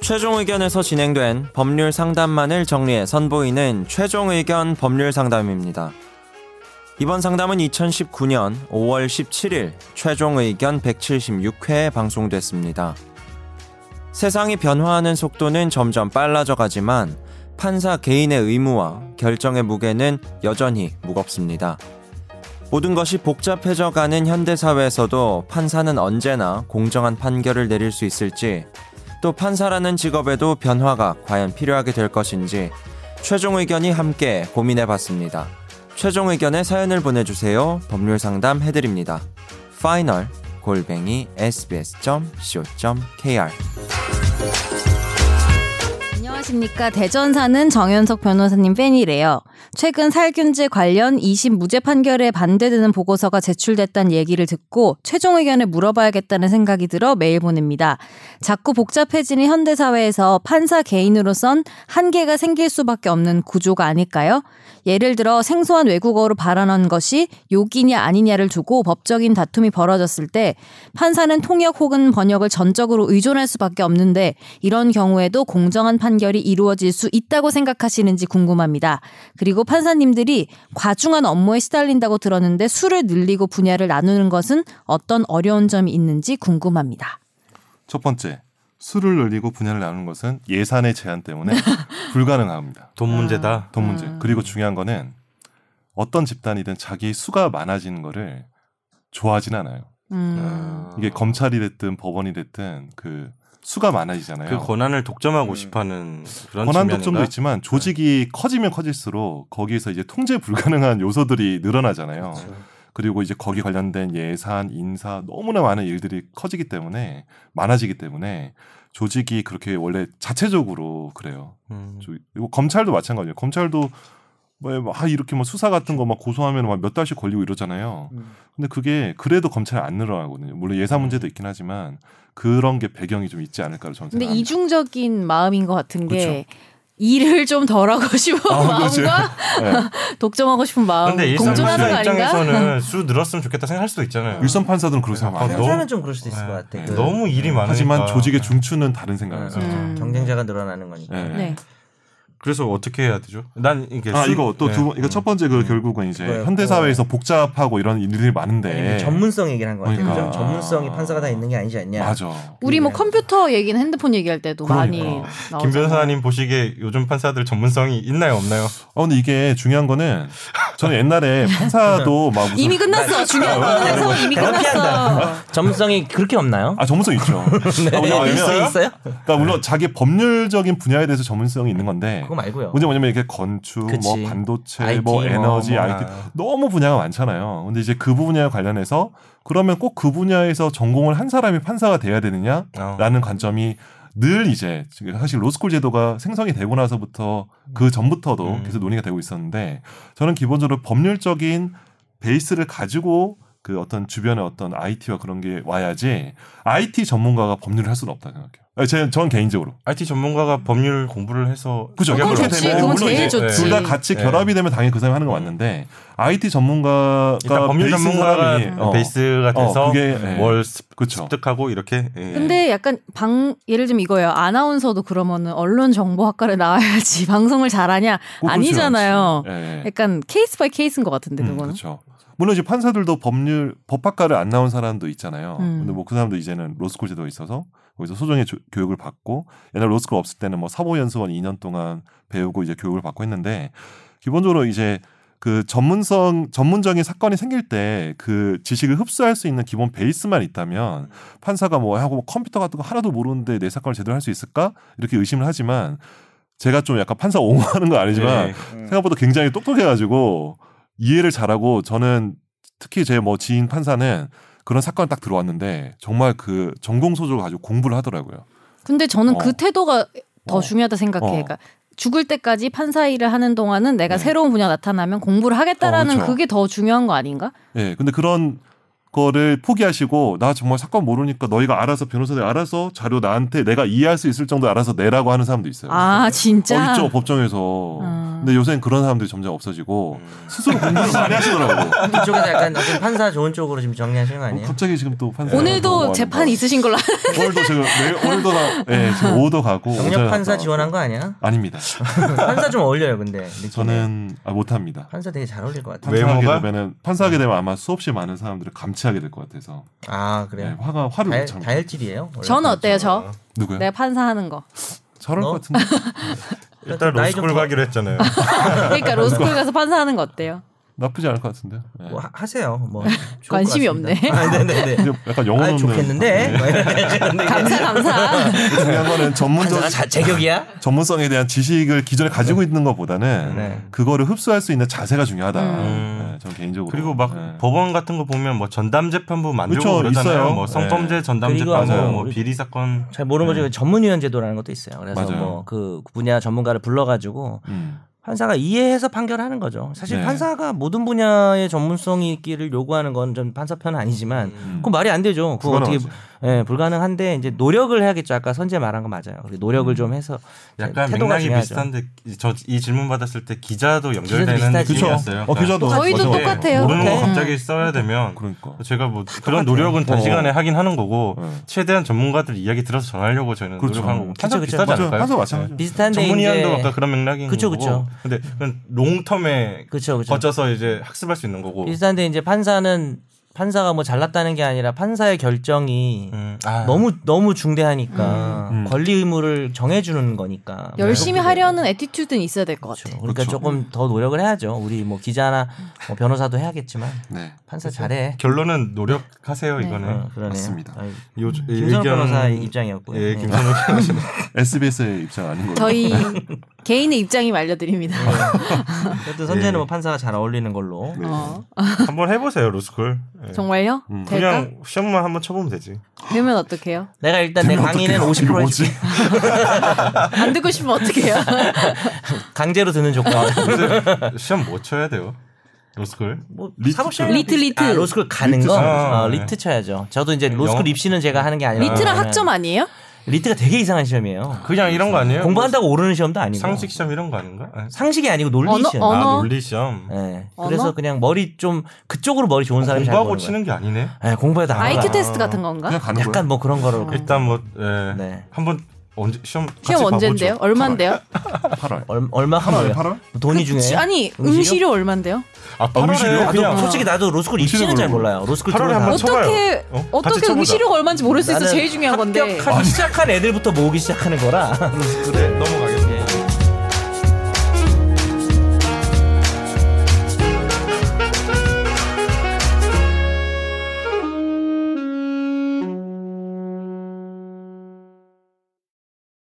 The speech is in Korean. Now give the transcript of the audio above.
최종 의견에서 진행된 법률 상담만을 정리해 선보이는 최종 의견 법률 상담입니다. 이번 상담은 2019년 5월 17일 최종 의견 176회에 방송됐습니다. 세상이 변화하는 속도는 점점 빨라져가지만 판사 개인의 의무와 결정의 무게는 여전히 무겁습니다. 모든 것이 복잡해져가는 현대사회에서도 판사는 언제나 공정한 판결을 내릴 수 있을지, 또 판사라는 직업에도 변화가 과연 필요하게 될 것인지, 최종 의견이 함께 고민해 봤습니다. 최종 의견의 사연을 보내주세요. 법률 상담 해드립니다. 파이널 골뱅이 sbs.co.kr 안녕하십니까. 대전 사는 정현석 변호사님 팬이래요. 최근 살균제 관련 2심 무죄 판결에 반대되는 보고서가 제출됐다는 얘기를 듣고 최종 의견을 물어봐야겠다는 생각이 들어 메일 보냅니다. 자꾸 복잡해지는 현대사회에서 판사 개인으로선 한계가 생길 수밖에 없는 구조가 아닐까요? 예를 들어 생소한 외국어로 발언한 것이 욕이냐 아니냐를 두고 법적인 다툼이 벌어졌을 때 판사는 통역 혹은 번역을 전적으로 의존할 수밖에 없는데 이런 경우에도 공정한 판결이 이루어질 수 있다고 생각하시는지 궁금합니다. 그리고 판사님들이 과중한 업무에 시달린다고 들었는데 수를 늘리고 분야를 나누는 것은 어떤 어려운 점이 있는지 궁금합니다. 첫 번째, 수를 늘리고 분야를 나누는 것은 예산의 제한 때문에 불가능합니다. 돈 문제다. 돈 문제. 그리고 중요한 거는 어떤 집단이든 자기 수가 많아지는 거를 좋아하진 않아요. 음. 아. 이게 검찰이 됐든 법원이 됐든 그 수가 많아지잖아요. 그 권한을 독점하고 음. 싶어하는 그런 권한 측면인가? 독점도 있지만 조직이 커지면 커질수록 거기에서 이제 통제 불가능한 요소들이 늘어나잖아요. 그렇죠. 그리고 이제 거기 관련된 예산, 인사 너무나 많은 일들이 커지기 때문에 많아지기 때문에 조직이 그렇게 원래 자체적으로 그래요. 음. 저- 이거 검찰도 마찬가지예요. 검찰도 뭐아 이렇게 뭐 수사 같은 거 막 고소하면 막 몇 달씩 걸리고 이러잖아요. 음. 근데 그게 그래도 검찰 안 늘어나거든요. 물론 예산 문제도 있긴 하지만 그런 게 배경이 좀 있지 않을까를 저는 네. 근데 생각합니다. 이중적인 마음인 것 같은 그렇죠. 게 일을 좀 덜하고 싶은 아, 그렇지. 마음과 네. 독점하고 싶은 마음 근데 일선 아, 뭐 공존하는 거 판사 아닌가? 입장에서는 수 늘었으면 좋겠다 생각할 수도 있잖아요. 일선 판사들은 네. 그렇게 생각 안 아, 해요. 너무- 판사는 좀 그럴 수도 네. 있을 것 같아. 네. 그 너무 일이 많으니까. 하지만 조직의 중추는 다른 생각이에요. 네. 음. 경쟁자가 늘어나는 거니까. 네. 네. 그래서 어떻게 해야 되죠? 난 이게 아 수- 이거 또 네. 두 번 이거 첫 번째 그 음. 결국은 이제 그거였고. 현대 사회에서 복잡하고 이런 일들이 많은데 이게 전문성 얘기를 한거 같아요. 네. 그러니까. 좀 전문성이 판사가 다 있는 게 아니지 않냐. 맞아. 우리 뭐 컴퓨터 얘기는 핸드폰 얘기할 때도 많이 그러니까. 나오잖아요. 네. 김 변호사님 보시기에 요즘 판사들 전문성이 있나요 없나요? 어 근데 이게 중요한 거는 저는 옛날에 판사도 막 무슨 이미 끝났어. 중요한 거 해서 이미 그렇게 끝났어. 전문성이 그렇게 없나요? 네. 아 전문성 있죠. 아, 왜냐면- 있어요? 있어요? 그러니까 물론 자기 법률적인 분야에 대해서 전문성이 있는 건데 그거 말고요. 문제 뭐냐면 이렇게 건축, 그치. 뭐 반도체, IT, 뭐 에너지, 뭐, 네. IT 어. 아. 너무 분야가 많잖아요. 근데 이제 그 분야 관련해서 그러면 꼭 그 분야에서 전공을 한 사람이 판사가 돼야 어. 되느냐라는 관점이 늘 이제 지금 사실 로스쿨 제도가 생성이 되고 나서부터 그 전부터도 음. 계속 논의가 되고 있었는데 저는 기본적으로 법률적인 베이스를 가지고 그 어떤 주변의 어떤 IT와 그런 게 와야지 IT 전문가가 법률을 할 수는 없다 생각해요. 아니, 제, 저는 개인적으로. IT 전문가가 법률 공부를 해서 그죠. 뭐, 자격을 그건 얻고 좋지. 그건 물론 제일 이제 좋지. 둘 다 같이 네. 결합이 되면 당연히 그 사람이 하는 거 맞는데 IT 전문가가 일단 법률 베이스인 전문가가 음, 사람이, 어, 베이스가 어, 돼서 그게, 네. 뭘 습- 그쵸. 습득하고 이렇게 예. 근데 약간 방 예를 들면 이거예요. 아나운서도 그러면은 언론 정보학과를 나와야지 방송을 잘하냐 꼭 그렇진 아니잖아요. 않지. 예, 예. 약간 케이스 바이 케이스인 것 같은데 음, 그거는. 그렇죠. 물론 이제 판사들도 법률 법학과를 안 나온 사람도 있잖아요. 음. 근데 뭐 그 사람도 이제는 로스쿨 제도가 있어서 거기서 소정의 조- 교육을 받고 옛날 로스쿨 없을 때는 뭐 사법연수원 2년 동안 배우고 이제 교육을 받고 했는데 기본적으로 이제 그 전문성 전문적인 사건이 생길 때 그 지식을 흡수할 수 있는 기본 베이스만 있다면 판사가 뭐 하고 뭐 컴퓨터 같은 거 하나도 모르는데 내 사건을 제대로 할 수 있을까 이렇게 의심을 하지만 제가 좀 약간 판사 옹호하는 건 아니지만 예. 음. 음. 생각보다 굉장히 똑똑해가지고 이해를 잘하고 저는 특히 제 뭐 지인 판사는 그런 사건 딱 들어왔는데 정말 그 전공 소재를 가지고 공부를 하더라고요. 근데 저는 어. 그 태도가 더 어. 중요하다 생각해. 어. 그러니까 죽을 때까지 판사 일을 하는 동안은 내가 네. 새로운 분야 나타나면 공부를 하겠다라는 어, 그렇죠. 그게 더 중요한 거 아닌가? 예, 근데 그런 거를 포기하시고 나 정말 사건 모르니까 너희가 알아서 변호사들 알아서 자료 나한테 내가 이해할 수 있을 정도 알아서 내라고 하는 사람도 네, 있어요. 아 진짜. 뭐. 어, 있죠 법정에서. 음. 근데 요새는 그런 사람들이 점점 없어지고 음. 스스로 공부를 많이 하시더라고. 이쪽에서 약간 어떤 판사 좋은 쪽으로 지금 정리하시는 거 뭐 아니에요? 갑자기 지금 또 판사 오늘도 뭐, 재판 있으신 걸로 알- 오늘도 제가 매일 오늘도 나 예, 지금 오도 가고 경력 오전에 판사 갔다 지원한 왔고. 거 아니야? 아닙니다. 판사 좀 어울려요, 근데 느낌에. 저는 아, 못합니다. 판사 되게 잘 어울릴 것 같아. 왜? 판사하게 외모가? 되면은 판사하게 되면 아마 수없이 많은 사람들을 감치하게 될 것 같아서 아 예, 그래요? 화가 화를 못 다, 참고 다혈질이에요? 원래? 그 저는 어때요, 저? 누구요? 내가 판사하는 거. 저럴 것 너? 같은데 일단 나이 좀 로스쿨 더- 가기로 했잖아요. 그러니까 로스쿨 가서 판사하는 거 어때요? 나쁘지 않을 것 같은데. 예. 뭐 하, 하세요. 뭐 좋을 것 관심이 같습니다. 아, 네네네. 근데 약간 영혼 아 없는 좋겠는데. 예. 막 이러는데 감사 감사. 중요한 거는 전문적 판사가 자, 제격이야? 전문성에 대한 지식을 기존에 가지고 있는 것보다는 네. 그거를 흡수할 수 있는 자세가 중요하다. 음. 예, 저는 개인적으로 그리고 막 네. 예. 법원 같은 거 보면 뭐 전담 재판부 만들고 그쵸, 그러잖아요 있어요. 네. 뭐 성범죄 전담 네. 그리고 재판부, 맞아요. 뭐 비리 사건 잘 모르는 거죠. 전문위원 제도라는 것도 있어요. 그래서 맞아요. 뭐 그 분야 전문가를 불러가지고 음. 판사가 이해해서 판결하는 거죠. 사실 네. 판사가 모든 분야의 전문성이 있기를 요구하는 건 좀 판사 편은 아니지만 음. 그건 말이 안 되죠. 그거 어떻게 불가능하지. 예, 불가능한데 이제 노력을 해야겠죠. 아까 선재 말한 거 맞아요. 그리고 노력을 좀 해서 약간 태도가 맥락이 중요하죠. 비슷한데 저 이 질문 받았을 때 기자도 연결되는 기자도 비슷하지. 느낌이었어요. 그러니까 어, 기자도 저희도 맞아. 똑같아요. 모르는 네. 거 갑자기 써야 되면 음, 그렇죠. 그러니까. 제가 뭐 그런 노력은 어. 단시간에 하긴 하는 거고 네. 최대한 전문가들 이야기 들어서 전하려고 저희는 그렇죠. 노력하는 거고 그쵸, 판사 그쵸. 비슷하지 맞아요. 않을까요? 판사 마찬가지죠. 네. 비슷한데 전문의한도 이제 아까 그런 맥락인 그쵸, 거고 그쵸. 근데 그건 롱텀에 그렇죠, 그렇죠. 거쳐서 이제 학습할 수 있는 거고 비슷한데 이제 판사는 판사가 뭐 잘났다는 게 아니라 판사의 결정이 음, 아. 너무 너무 중대하니까 음. 권리 의무를 정해주는 거니까 열심히 하려는 애티튜드는 있어야 될 것 그렇죠. 같아요. 그러니까 그렇죠. 조금 더 노력을 해야죠. 우리 뭐 기자나 뭐 변호사도 해야겠지만 네. 판사 잘해. 결론은 노력하세요 이거는 어, 그러네요. 맞습니다. 아이, 요, 이 김선호 그 의견- 변호사 입장이었고요. 예, 네. 김선호 변호사 SBS의 입장 아닌 거예요. 저희 개인의 입장이 알려드립니다. 어쨌든 선재는 예. 뭐 판사가 잘 어울리는 걸로. 네. 어, 한번 해보세요 로스쿨 예. 정말요? 음. 될까? 그냥 시험만 한번 쳐보면 되지 되면 어떡해요? 내가 일단 내 강의는 어떡해요? 이거 50% 뭐지? 해줄게. 안 듣고 싶으면 어떡해요? 강제로 듣는 조건. 시험 못 쳐야 돼요 로스쿨 뭐 리트 사법 쳐요. 시험 리트, 리트. 아, 아, 로스쿨 가는 리트 거. 쳐야죠. 어, 네. 리트 쳐야죠. 저도 이제 로스쿨 영- 입시는 제가 하는 게 아니라 리트랑 학점 아니에요? 리트가 되게 이상한 시험이에요. 그냥 이런 거 아니에요? 공부한다고 오르는 시험도 뭐 아니고 상식 시험 이런 거 아닌가? 예. 상식이 아니고 논리 언어- 시험. 언어? 아 논리 시험 예. 언어? 그래서 그냥 머리 좀 그쪽으로 머리 좋은 사람이 잘 아, 공부하고 보는 거예요. 치는 게 아니네 예, 공부해도 안 IQ 올라가. 테스트 같은 그냥 건가? 가는 거예요. 약간 뭐 그런 거를 일단 뭐 예. 네. 한번 언제 시험 같이 시험 봐보죠. 언젠데요? 얼만데요? 8월. 얼- 얼마 하면 8월? 돈이 중요해요. 그 아니 네. 음식이요? 응시료 얼만데요? 아 8월에 음식이요? 그냥 나도 솔직히 나도 로스쿨 입시는 음식을 잘 모르고. 몰라요. 로스쿨 팔월에 들어가서. 한번 쳐봐요. 어떻게 어? 어? 떻 같이 게 쳐보자. 응시료가 얼마인지 모를 수 있어 나는 아, 제일 중요한 건데. 합격하기 시작한 애들부터 모으기 시작하는 거라. 그래 넘어가